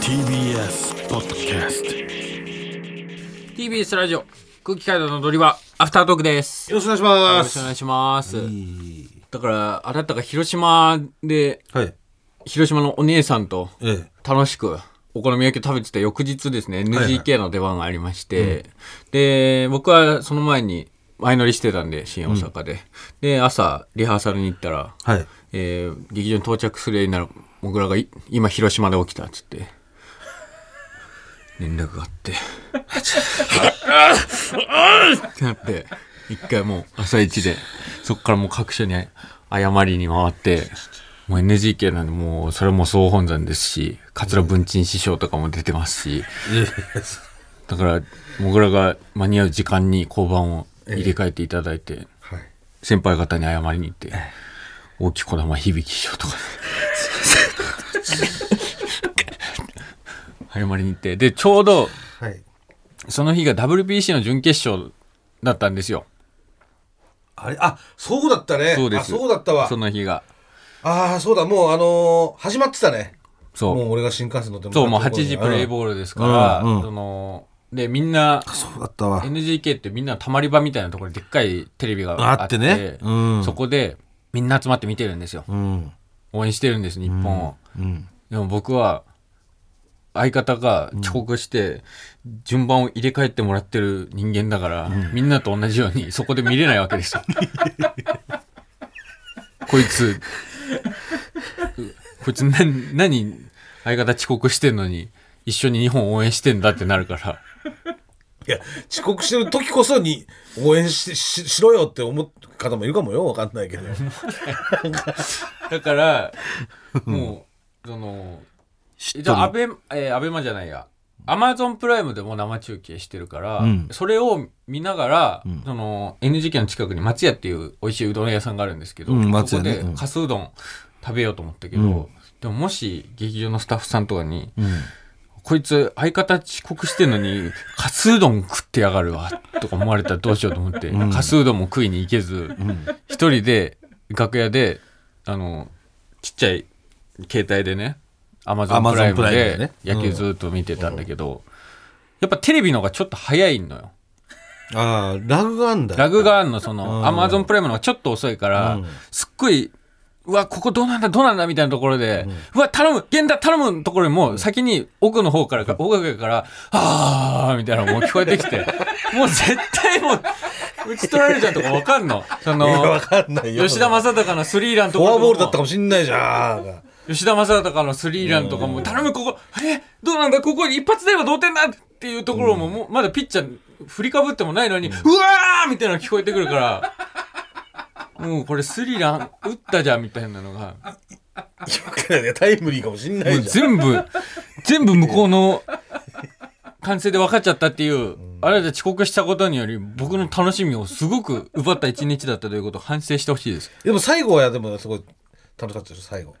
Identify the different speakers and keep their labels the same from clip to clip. Speaker 1: TBS ポッドキャスト
Speaker 2: TBS ラジオ空気階段の踊り場アフタートークですよ
Speaker 3: よろしくお願いしま
Speaker 2: ろし
Speaker 3: す
Speaker 2: くお。願いしますだからあなたが広島で
Speaker 3: はい。
Speaker 2: 広島のお姉さんと
Speaker 3: え
Speaker 2: 楽しくお好み焼きを食べてた翌日ですね
Speaker 3: はい
Speaker 2: NGK の出番がありまして、で僕はその前に前乗りしてたんで新大阪で、で朝リハーサルに行ったら、
Speaker 3: はい
Speaker 2: えー劇場に到着するようになるもぐらがい今広島で起きたっつって連絡があってってなって一回もう朝一でそこからもう各所に謝りに回ってもう NGK なんでもうそれも総本山ですし桂文珍師匠とかも出てますしだからもぐらが間に合う時間に交番を入れ替えていただいて
Speaker 3: はい。
Speaker 2: 先輩方に謝りに行って大きこ玉響き師匠とか 謝りに行ってでちょうど
Speaker 3: はい。
Speaker 2: その日が WBC の準決勝だったんですよ
Speaker 3: あれ、あ、そうだったね。
Speaker 2: そうで
Speaker 3: あ
Speaker 2: す。
Speaker 3: そうだったわ
Speaker 2: そ。の日が。
Speaker 3: ああ、そうだ。もう、あのー始まってたね。も
Speaker 2: そう
Speaker 3: 俺が新幹線乗って
Speaker 2: う。そう、もう8時プレイ
Speaker 3: ー
Speaker 2: ボールですから、
Speaker 3: うんうん
Speaker 2: その、で、みんな、
Speaker 3: そうだったわ。
Speaker 2: NGK ってみんなたまり場みたいなところにでっかいテレビがあって、
Speaker 3: あってねうん
Speaker 2: そこでみんな集まって見てるんですよ。
Speaker 3: うん。
Speaker 2: 応援してるんです、日本を。
Speaker 3: うん。
Speaker 2: でも僕は、相方が遅刻して、順番を入れ替えてもらってる人間だから、みんなと同じようにそこで見れないわけですよ。こいつ、こいつ何、何、相方遅刻してんのに、一緒に日本応援してんだってなるから。
Speaker 3: いや、遅刻してる時こそに応援しししろよって思う方もいるかもよ。わかんないけど。
Speaker 2: だから、もう、その、じゃあ、アベ、えーアベマじゃないや。アマゾンプライムでも生中継してるから、
Speaker 3: うん
Speaker 2: それを見ながら、その NGK の近くに松屋っていう美味しいうどん屋さんがあるんですけど、
Speaker 3: うん松
Speaker 2: そこ
Speaker 3: 屋ね
Speaker 2: で
Speaker 3: うん
Speaker 2: かすうどん食べようと思ったけど、でももし劇場のスタッフさんとかに、こいつ相方遅刻してんのに、かすうどん食ってやがるわ、とか思われたらどうしようと思って、かすうどんも食いに行けず、一人で、楽屋で、あの、ちっちゃい携帯でね、アマゾン
Speaker 3: Amazon
Speaker 2: プライム
Speaker 3: プライムで
Speaker 2: で
Speaker 3: ね
Speaker 2: 野球ずっと見てたんだけど、やっぱテレビの方がちょっと早いのよ。
Speaker 3: ああ、ラグがあんだ。
Speaker 2: ラグがあんの、その、
Speaker 3: ん
Speaker 2: アマゾンプライムの方がちょっと遅いから、すっごい、うわ、ここどうなんだ、どうなんだ、みたいなところで、うわ、頼む、源田頼むところにも、先に奥の方からか、大楽屋から、あー、みたいなのもう聞こえてきて、もう絶 対もう、打ち取られちゃうとかわかんの。そ
Speaker 3: いや
Speaker 2: の
Speaker 3: わ、かんないよ。
Speaker 2: 吉田正尚のスリーランと
Speaker 3: フ
Speaker 2: か
Speaker 3: ォ
Speaker 2: も
Speaker 3: アボールだったかもしんないじゃん。
Speaker 2: 吉田正尚のスリーランとかも、頼む、ここ、え、どうなんだ、ここ一発出れば同点だっていうところも、もうまだピッチャー振りかぶってもないのに、うわーみたいなの聞こえてくるから、もうこれスリーラン打ったじゃんみたいなのが、
Speaker 3: いやタイムリーかもしんな
Speaker 2: もう
Speaker 3: いじゃん。
Speaker 2: 全部、全部向こうの完成で分かっちゃったっていう、あれで遅刻したことにより、僕の楽しみをすごく奪った一日だったということを反省してほしいです。
Speaker 3: でも最後は、でもすごい楽しかったでしょ、最後。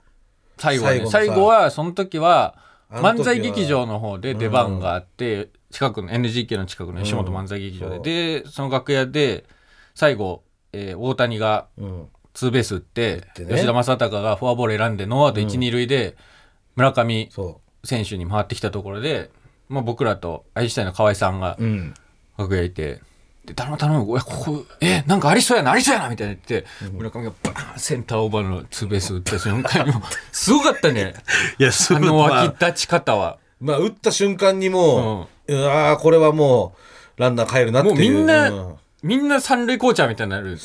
Speaker 2: 最後はね最
Speaker 3: 最後のさ
Speaker 2: 後はその時は
Speaker 3: あの時は
Speaker 2: 漫才劇場の方で出番があって近くの NGK の近くの吉本漫才劇場で、
Speaker 3: うん
Speaker 2: でその楽屋で最後、えー大谷が
Speaker 3: うん。
Speaker 2: ツーベース打って
Speaker 3: 打ってね
Speaker 2: 吉田正尚がフォアボール選んでノーアウト一二塁で村上
Speaker 3: そ
Speaker 2: 選手に回ってきたところで、まあ、僕らとアインシュタインの河合さんが
Speaker 3: う。うん。
Speaker 2: 楽屋いて。で頼む頼む、おいここ、え、なんかありそうやな、ありそうやなみたいな言って、村上がバーンセンターオーバーのツーベース打った瞬間にも、すごかった ね。
Speaker 3: いや、す
Speaker 2: あの湧き立ち方は。
Speaker 3: まあ、打った瞬間にもう、うわーこれはもう、ランナー帰るなってい
Speaker 2: も
Speaker 3: う。
Speaker 2: うみんな、
Speaker 3: う
Speaker 2: みんな三塁コーチャーみたいになるよね。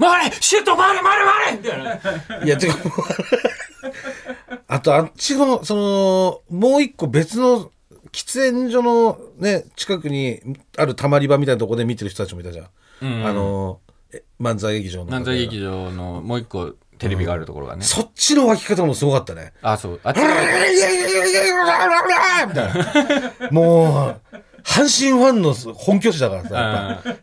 Speaker 2: 回れシュート回れ回れ回れみたいな。
Speaker 3: んいや、てか、もうあと、あっちの、その、もう一個別の、喫煙所のね、近くにあるたまり場みたいなとこで見てる人たちもいたじゃん。
Speaker 2: うん
Speaker 3: あの、え漫才劇場の。
Speaker 2: 漫才劇場のもう一個テレビがあるところがね。
Speaker 3: そっちの湧き方もすごかった ね。
Speaker 2: あ、そう。あっ
Speaker 3: い
Speaker 2: ち
Speaker 3: やいやいやいやいやみたいな。もう、阪神ファンの本拠地だからさ、やっぱ
Speaker 2: うん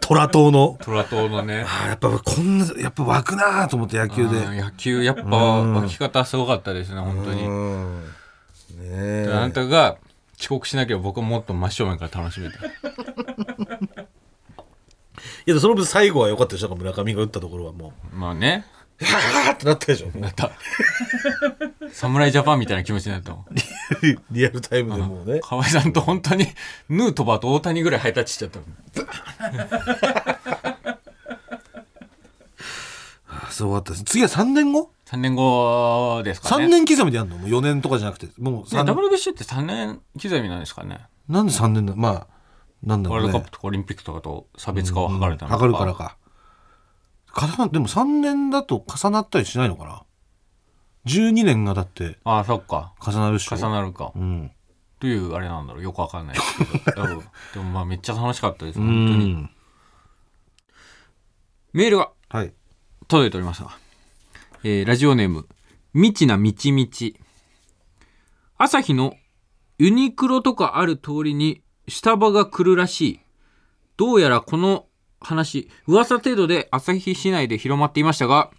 Speaker 3: 虎党の。
Speaker 2: 虎党のね。
Speaker 3: あーやっぱこんな、やっぱ湧くなーと思って野球で。
Speaker 2: うん野球、やっぱ湧き方すごかったですね、本当
Speaker 3: う
Speaker 2: に。
Speaker 3: ん。ねえ。
Speaker 2: あなたが遅刻しなければ僕はもっと真正面から楽しめた。
Speaker 3: いや、その分最後は良かったでしょ、村上が打ったところはも
Speaker 2: まあね。
Speaker 3: はぁってなったでしょ。
Speaker 2: なった。侍ジャパンみたいな気持ちになったもん。
Speaker 3: リアルタイムでもうね。
Speaker 2: 河合さんと本当にヌートバーと大谷ぐらいハイタッチしちゃったもん。
Speaker 3: そう終わったです。次は3年後
Speaker 2: 3年後ですかね。
Speaker 3: ?3 年刻みでやるのもう4年とかじゃなくて。もう
Speaker 2: ね
Speaker 3: 三
Speaker 2: WBC って3年刻みなんですかね。
Speaker 3: なんで3年だまあ、なんだ
Speaker 2: ワー
Speaker 3: ろう
Speaker 2: ル
Speaker 3: ね。
Speaker 2: ドカップとかオリンピックとかと差別化を図れたの
Speaker 3: 測るからか。重な、でも3年だと重なったりしないのかな ?12 年がだって
Speaker 2: ああ、そっか。
Speaker 3: 重なるっしょ。
Speaker 2: 重なるか。
Speaker 3: うん。
Speaker 2: という、あれなんだろう。よくわかんないです けど。うんでもまあめっちゃ楽しかったです。
Speaker 3: う
Speaker 2: 本当に。
Speaker 3: ん。
Speaker 2: メールが
Speaker 3: はい。
Speaker 2: 届いておりました。えーラジオネーム、みちなみちみち。朝日のユニクロとかある通りにスタバが来るらしい。どうやらこの話、噂程度で朝日市内で広まっていましたが、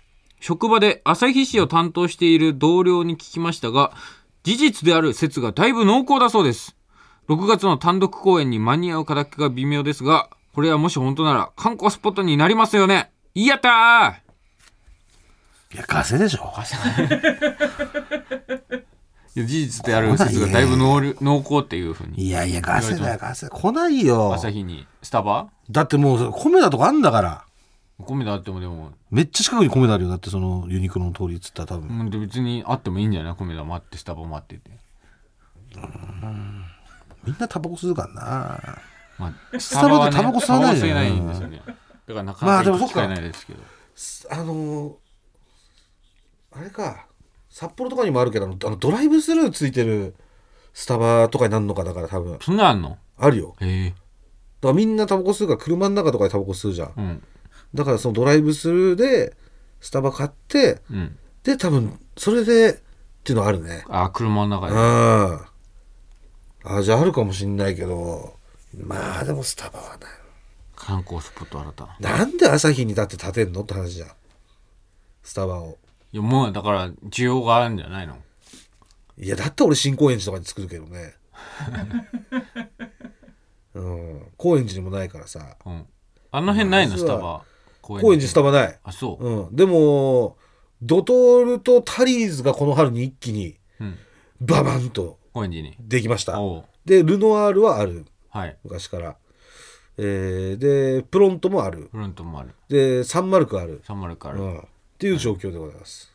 Speaker 2: 職場で朝日市を担当している同僚に聞きましたが、事実である説がだいぶ濃厚だそうです。6月の単独公演に間に合うかだけが微妙ですが、これはもし本当なら観光スポットになりますよね。やったー
Speaker 3: いや、風でしょ。
Speaker 2: いや事実である説がだいぶ濃る濃厚っていうふうに
Speaker 3: いやいや、ガセだよ、ガセ。来ないよ。
Speaker 2: 朝日にスタバ
Speaker 3: だってもう、米だとかあんだから。
Speaker 2: 米であってもでも
Speaker 3: めっちゃ近くに米田あるよ。だってそのユニクロの通りっつったら多分。
Speaker 2: うんで別にあってもいいんじゃない米でもあってスタバもあってて、
Speaker 3: みんなタバコ吸うからな。
Speaker 2: まあ、ス
Speaker 3: タバってタバコ吸わない
Speaker 2: タ
Speaker 3: じゃ
Speaker 2: バ
Speaker 3: ん
Speaker 2: コ吸えないんですよねだからなか
Speaker 3: まあ
Speaker 2: な
Speaker 3: で
Speaker 2: か
Speaker 3: も
Speaker 2: い
Speaker 3: そ
Speaker 2: い
Speaker 3: っ
Speaker 2: 機
Speaker 3: か
Speaker 2: 会ないですけど、
Speaker 3: あのーあれか。札幌とかにもあるけど、あのあのドライブスルーついてるスタバとかになるのかだから多分。
Speaker 2: そんなんあんの
Speaker 3: あるよ。
Speaker 2: へえ
Speaker 3: だからみんなタバコ吸うから車の中とかでタバコ吸うじゃん。
Speaker 2: うん
Speaker 3: だからそのドライブスルーでスタバ買って、
Speaker 2: うん
Speaker 3: で多分それでっていうのはあるね。
Speaker 2: あ車の中で
Speaker 3: ああ。あ、じゃああるかもしんないけど。まあでもスタバはない。
Speaker 2: 観光スポット新たな
Speaker 3: なんで朝日に立って立てんのって話じゃん。スタバを。
Speaker 2: いやもうだから需要があるんじゃないの
Speaker 3: いや、だって俺新高円寺とかに作るけどね。うん。高円寺にもないからさ。
Speaker 2: うんあの辺ないの
Speaker 3: まず
Speaker 2: ス
Speaker 3: は
Speaker 2: タバ公
Speaker 3: 高円寺スタ
Speaker 2: バ
Speaker 3: バない。
Speaker 2: あそう、
Speaker 3: うん。でも、ドトールとタリーズがこの春に一気に
Speaker 2: うん、
Speaker 3: ババンと
Speaker 2: 高円寺に
Speaker 3: できました。
Speaker 2: おう
Speaker 3: で、ルノワールはある。
Speaker 2: はい
Speaker 3: 昔から。えー、で、プロントもある。
Speaker 2: フロントもある
Speaker 3: で、サンマルクある。
Speaker 2: サンマルクあ
Speaker 3: う
Speaker 2: る、
Speaker 3: ん。っていう状況でございます。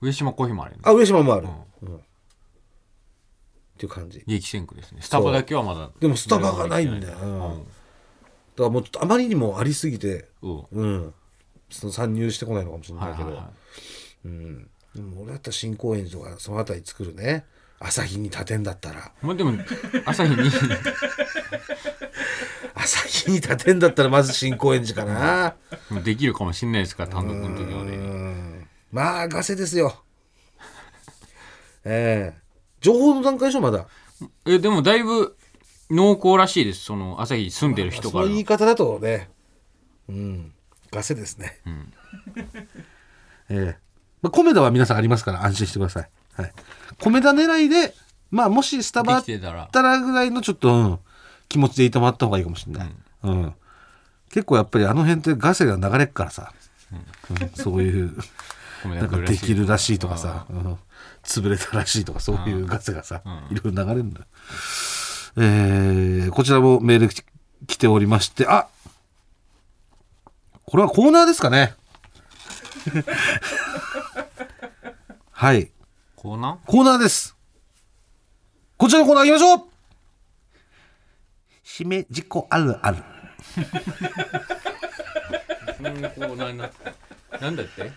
Speaker 2: 上島コーヒーもあるよね
Speaker 3: あ、上島もある。
Speaker 2: う
Speaker 3: うん、っていう感じ。
Speaker 2: 激戦区ですねスタバだけはまだ
Speaker 3: でもスタバがないんだよ
Speaker 2: うん
Speaker 3: うんだからもうちょっとあまりにもありすぎて、
Speaker 2: うん
Speaker 3: うん、その参入してこないのかもしれな
Speaker 2: は
Speaker 3: いい
Speaker 2: は
Speaker 3: け
Speaker 2: い
Speaker 3: ど、
Speaker 2: は
Speaker 3: うん、でも俺だったら新高円寺とかその辺り作るね朝日に立てんだったら
Speaker 2: いまあでも朝日に
Speaker 3: 朝日に立てんだったらまず新高円寺かな
Speaker 2: できるかもしれないですから単独の時は
Speaker 3: う
Speaker 2: ね
Speaker 3: んまあガセですよええ情報の段階でしょまだ
Speaker 2: えでもだいぶ濃厚らしいですその朝日に住んでる人
Speaker 3: そ
Speaker 2: か
Speaker 3: の
Speaker 2: ら
Speaker 3: 言い方だとねうんガセですね、ええまあ、米田は皆さんありますから安心してください、はい、米田狙いでまあもしスタバあ
Speaker 2: で
Speaker 3: っ
Speaker 2: きてたら
Speaker 3: たらぐらいのちょっと、うん、気持ちでいたまった方がいいかもしれない、うん結構やっぱりあの辺ってガセが流れっからさ、うんそういう
Speaker 2: 米
Speaker 3: な
Speaker 2: 田
Speaker 3: んかで
Speaker 2: 君らし
Speaker 3: き
Speaker 2: い
Speaker 3: るらしいとかさ、うん潰れたらしいとかそういうガセがさ、いろいろ流れるんだよ、えーこちらもメールき来ておりましてあこれはコーナーですか ねはい
Speaker 2: コーナ
Speaker 3: コーナーですこちらのコーナー行きましょう締め事故あるある
Speaker 2: ーそんなコーナーになってなんだって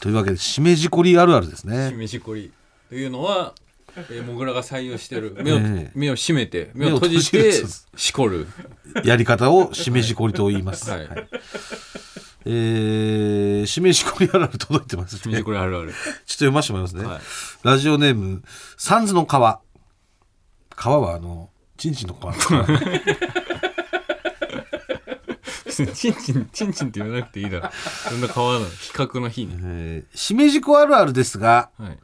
Speaker 3: というわけで締め事故りあるあるですね
Speaker 2: 締めしこりというのはえーモグラが採用してる目を
Speaker 3: ええ
Speaker 2: 目を閉めて目
Speaker 3: 目
Speaker 2: を
Speaker 3: を
Speaker 2: 閉
Speaker 3: 閉
Speaker 2: じ
Speaker 3: じる
Speaker 2: て
Speaker 3: そうです
Speaker 2: しこる
Speaker 3: やり方を締めじこりと言います。
Speaker 2: はい
Speaker 3: はいえー、締めじこりあるある届いてます、
Speaker 2: 締め
Speaker 3: ね。ち
Speaker 2: し
Speaker 3: ょっ
Speaker 2: こりあるあ
Speaker 3: と
Speaker 2: る
Speaker 3: 読ませてもらいますね。
Speaker 2: はい
Speaker 3: ラジオネーム、サンズの川。川はあの、チンチンの 川。
Speaker 2: チンチン、チンチンって言わなくていいだろ。そんな変わらない。比較の日に。
Speaker 3: えー締めじこあるあるですが、
Speaker 2: はい。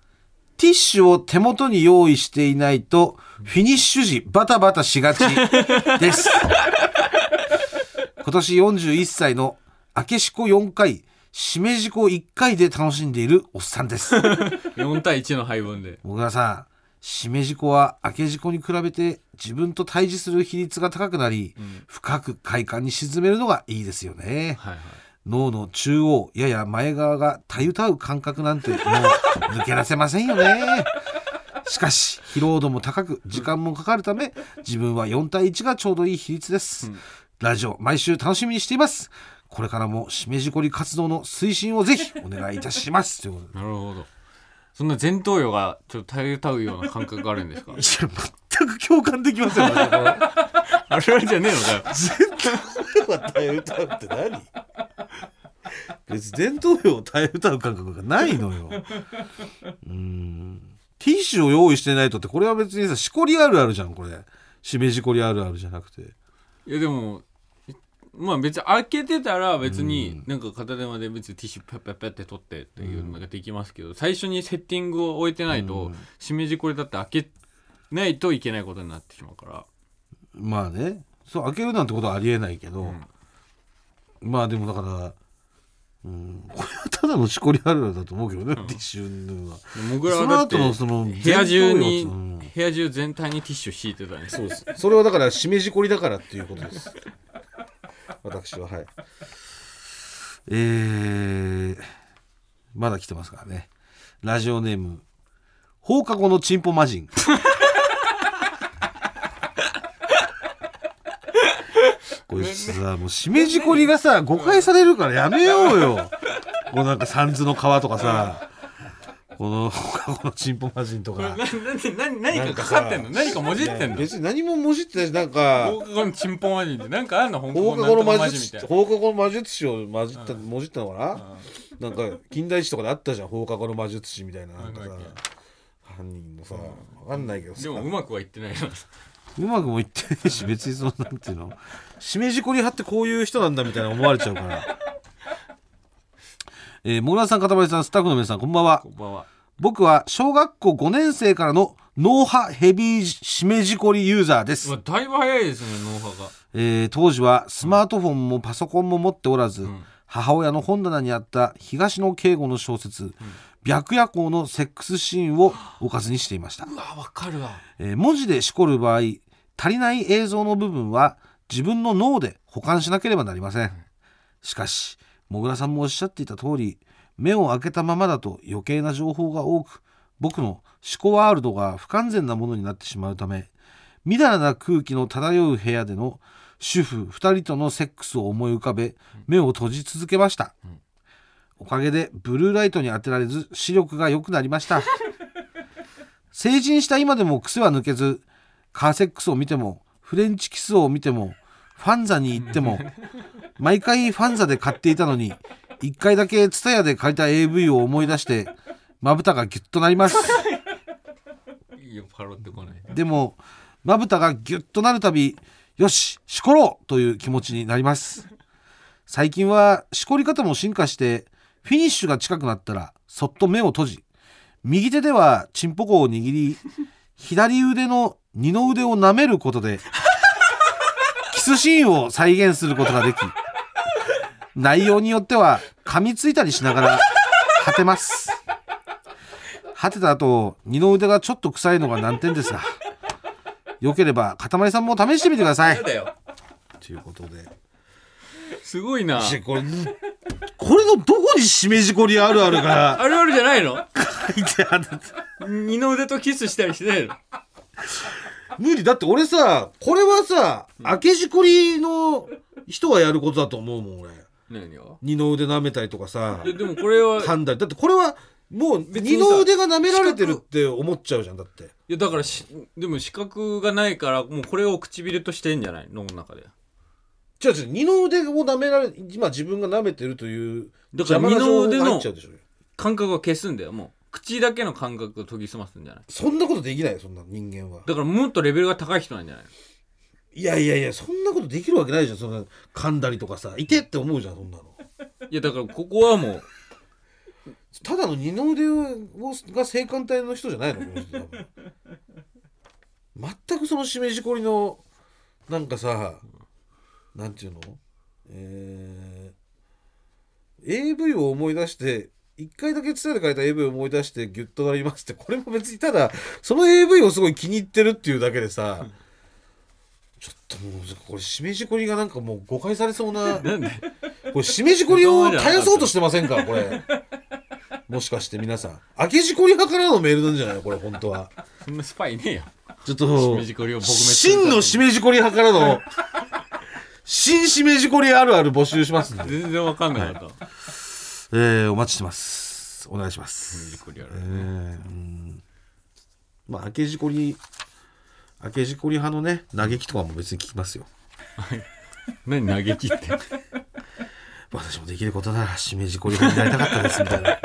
Speaker 3: ティッシュを手元に用意していないと、フィニッシュ時、バタバタしがちです。今年41歳の、明けしこ4回、しめじこ1回で楽しんでいるおっさんです
Speaker 2: 4対1の配分で
Speaker 3: 小川さんしめじこは明けじこに比べて自分と対峙する比率が高くなり、深く快感に沈めるのがいいですよね、
Speaker 2: はいはい
Speaker 3: 脳の中央やや前側がたゆたう感覚なんてもう抜け出せませんよねしかし疲労度も高く時間もかかるため自分は4対1がちょうどいい比率です、ラジオ毎週楽しみにしていますこれからもしめじこり活動の推進をぜひお願いいたしますということで
Speaker 2: なるほどそんな前頭葉がちょっとたゆたうような感覚があるんですか
Speaker 3: いや全く共感できません私これ
Speaker 2: あれあれじゃねえのかよ
Speaker 3: 伝統は替え歌うって何別に伝統用を替え歌う感覚がないのようんティッシュを用意してないとってこれは別にさしこりあるあるじゃんこれしめじこりあるあるじゃなくて
Speaker 2: いやでもまあ別に開けてたら別になんか片手まで別にティッシュペッペッペッって取ってっていうのができますけど最初にセッティングを置いてないとしめじこれだって開けないといけないことになってしまうから
Speaker 3: まあねそう開けるなんてことはありえないけど、まあでもだからうんこれはただのしこりあるあるだと思うけどね、 ティッシュは
Speaker 2: もぐらはだって
Speaker 3: その後のその
Speaker 2: 部屋中
Speaker 3: 前
Speaker 2: に
Speaker 3: 頭葉うん
Speaker 2: 部屋中全体にティッシュ敷いてたんです
Speaker 3: そうです。それはだから、しめじこりだからっていうことです。私は、はい。えー、まだ来てますからね。ラジオネーム、放課後のチンポ魔 人。これさ、もうしめじこりがさ、誤解されるからやめようよ。こうなんか、三途の川とかさ、この放課後のチンポ魔人とか。
Speaker 2: 何何かかかってんの何かもじってんの
Speaker 3: 別に何ももじってないしなんか
Speaker 2: 放課後のチンポマジンって何かあんの本
Speaker 3: 放
Speaker 2: 校
Speaker 3: 課後の
Speaker 2: の
Speaker 3: 魔
Speaker 2: マジみ
Speaker 3: 術
Speaker 2: たい
Speaker 3: 師
Speaker 2: な
Speaker 3: 放課後の魔術師を混じった、もじったのかな、なんか近代史とかであったじゃん放課後の魔術師みたいななんかさ
Speaker 2: なんだっ
Speaker 3: 犯人のさ、わかんないけどさ
Speaker 2: でもうまくはいってないな
Speaker 3: うまくもいってないし別にそのなんて いうのしめじこり派ってこういう人なんだみたいな思われちゃうから。 えー、もぐらさん、かたまりさん、スタッフの皆さん、こんばんは
Speaker 2: こ。んばんは
Speaker 3: 僕は小学校5年生からの脳波ヘビーしめじこりユーザーです
Speaker 2: う。わだいぶ早いですね脳波が
Speaker 3: えー当時はスマートフォンもパソコンも持っておらず、
Speaker 2: ん
Speaker 3: 母親の本棚にあった東野圭吾の小説「白夜行」のセックスシーンをおかずにしていました、
Speaker 2: うわわかるわ
Speaker 3: えー文字でしこる場合足りない映像の部分は自分の脳で保管しなければなりませんしかしもぐらさんもおっしゃっていた通り目を開けたままだと余計な情報が多く僕の思考ワールドが不完全なものになってしまうためみだらな空気の漂う部屋での主婦2人とのセックスを思い浮かべ目を閉じ続けました、おかげでブルーライトに当てられず視力が良くなりました成人した今でも癖は抜けずカーセックスを見てもフレンチキスを見てもファンザに行っても毎回ファンザで買っていたのに1回だけツタヤで借りた AV を思い出してまぶたがギュッとなります
Speaker 2: いいよパロってこない
Speaker 3: でもまぶたがギュッとなるたびよししころうという気持ちになります最近はしこり方も進化してフィニッシュが近くなったらそっと目を閉じ右手ではチンポコを握り左腕の二の腕を舐めることでキスシーンを再現することができ内容によっては噛みついたりしながら果てます果てた後二の腕がちょっと臭いのが難点ですがよければかたまりさんも試してみてください
Speaker 2: だよ
Speaker 3: ということです
Speaker 2: ごいな
Speaker 3: これこれのどこにしめじこりあるあるが
Speaker 2: あるあるじゃないの
Speaker 3: 書いてある
Speaker 2: 二の腕とキスしたりしてないの
Speaker 3: 無理だって俺さこれはさ明けじこりの人がやることだと思うもん俺
Speaker 2: 何よ
Speaker 3: 二の腕舐めたりとかさ
Speaker 2: でもこれは
Speaker 3: 噛んだりだってこれはもう
Speaker 2: にさ
Speaker 3: 二の腕が舐められてるって思っちゃうじゃんだって
Speaker 2: いやだからしでも視覚がないからもうこれを唇としてんじゃない脳の中で
Speaker 3: 違う違う二の腕を舐められ今自分が舐めてるという
Speaker 2: だから
Speaker 3: 邪魔な情報
Speaker 2: 二の腕の
Speaker 3: が入っちゃうでしょ
Speaker 2: 感覚は消すんだよもう口だけの感覚を研ぎ澄ますんじゃない
Speaker 3: そんなことできないよそんな人間は
Speaker 2: だからもっとレベルが高い人なんじゃないの
Speaker 3: いやいやいやそんなことできるわけないじゃんそんな噛んだりとかさいてって思うじゃんそんなの
Speaker 2: いやだからここはもう
Speaker 3: ただの二の腕をが性感帯の人じゃないのこの人多分全くそのしめじこりのなんかさなんていうのえー AV を思い出して一回だけ伝えて書いた AV を思い出してギュッとなりますってこれも別にただその AV をすごい気に入ってるっていうだけでさちょっともうこれしめじこりがなんかもう誤解されそうな
Speaker 2: なんで
Speaker 3: これしめじこりを絶やそうとしてませんかこれもしかして皆さん明けじこり派からのメールなんじゃないのこれ本当は
Speaker 2: そんなスパイねえやん
Speaker 3: ちょっと
Speaker 2: しめじこりを撲滅するために
Speaker 3: 真のしめじこり派からの新しめじこりあるある募集しますんで
Speaker 2: 全然わかんなかった
Speaker 3: えー、お待ちしてます。お願いします。
Speaker 2: しめじこりある
Speaker 3: えーうんまあ、明けじこり、明けじこり派のね、嘆きとかも別に聞きますよ。
Speaker 2: 何嘆きって
Speaker 3: 私もできることなら、しめじこり派になりたかったです、みたい な。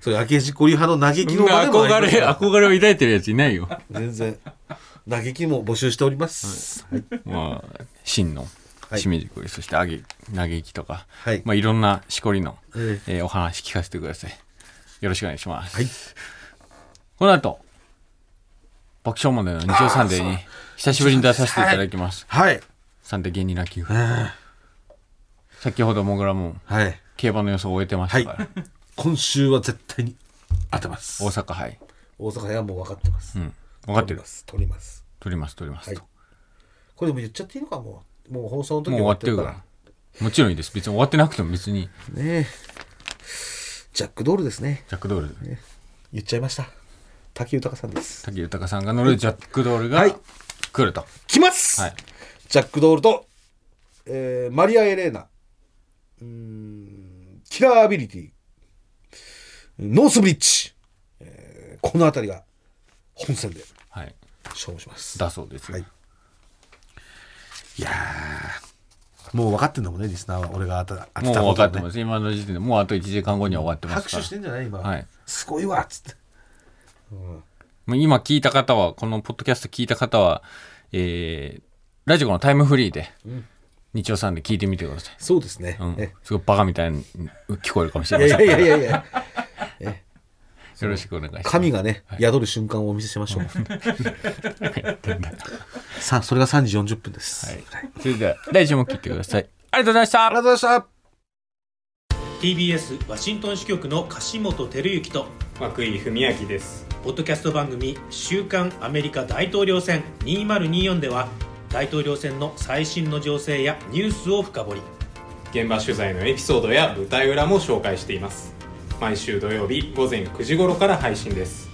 Speaker 3: そういう明けじこり派の嘆き
Speaker 2: そ
Speaker 3: の
Speaker 2: ん
Speaker 3: 場
Speaker 2: な
Speaker 3: でもありま
Speaker 2: 憧
Speaker 3: すか
Speaker 2: れ
Speaker 3: ら
Speaker 2: 憧れを抱いてるやついないよ
Speaker 3: 全然。嘆きも募集しております。はい。
Speaker 2: まあ真の
Speaker 3: はい
Speaker 2: しめじこりそしてあげ嘆きとか
Speaker 3: はい
Speaker 2: まあいろんなしこりの
Speaker 3: えー
Speaker 2: えーお話聞かせてくださいよろしくお願いします
Speaker 3: はい
Speaker 2: この後爆笑問題の日曜サンデーに久しぶりに出させていただきます
Speaker 3: はい。
Speaker 2: サンデー芸人ラッキング
Speaker 3: うん
Speaker 2: 先ほどもぐらも
Speaker 3: はい。
Speaker 2: 競馬の予想を終えてましたから
Speaker 3: 今週は絶対に当てます
Speaker 2: 大。阪杯
Speaker 3: 大阪屋もう分かってます。
Speaker 2: うん分かってる
Speaker 3: す。取ります。
Speaker 2: 取ります取りますと
Speaker 3: これでも言っちゃっていいのかもうもう放送の時
Speaker 2: もう終わってるからもちろんいいです別に終わってなくても別に
Speaker 3: らねえジャックドールですね
Speaker 2: ジャックドール
Speaker 3: 言っちゃいました滝豊さんです
Speaker 2: 武豊さんが乗るジャックドールが
Speaker 3: はい
Speaker 2: 来ると、
Speaker 3: 来ます、
Speaker 2: はい
Speaker 3: ジャックドールと、えーマリア・エレーナうーんキラーアビリティノースブリッジ、えーこの辺りが本戦で
Speaker 2: はい、
Speaker 3: 勝負します
Speaker 2: だそうですよ、
Speaker 3: はいいやーもう分かってんだもんねリスナーは俺が当た当
Speaker 2: もう
Speaker 3: てたこ
Speaker 2: 分
Speaker 3: と
Speaker 2: か
Speaker 3: は
Speaker 2: って
Speaker 3: ね
Speaker 2: ます、今の時点でもうあと1時間後には終わってます
Speaker 3: 拍
Speaker 2: か
Speaker 3: 手
Speaker 2: ら
Speaker 3: してんじゃない今、
Speaker 2: はい
Speaker 3: すごいわっつって
Speaker 2: もう今聞いた方はこのポッドキャスト聞いた方は、えーラジコのタイムフリーで、日曜さんで聞いてみてください、
Speaker 3: そうですね、
Speaker 2: うん
Speaker 3: え、
Speaker 2: すごいバカみたいに聞こえるかもしれ
Speaker 3: い
Speaker 2: ません
Speaker 3: やいやいやいや
Speaker 2: よろしくお願いします
Speaker 3: 神がね、宿る瞬間をお見せしましょう。さあ、それが3時40分です。
Speaker 2: はい
Speaker 3: はい
Speaker 2: それでは来週も聞いてくださいありがとうございました
Speaker 3: ありがとうございました
Speaker 4: TBS ワシントン支局の樫本照之と
Speaker 5: 和久井文明です
Speaker 4: ポッドキャスト番組「週刊アメリカ大統領選2024」では大統領選の最新の情勢やニュースを深掘り
Speaker 5: 現場取材のエピソードや舞台裏も紹介しています毎週土曜日午前9時頃から配信です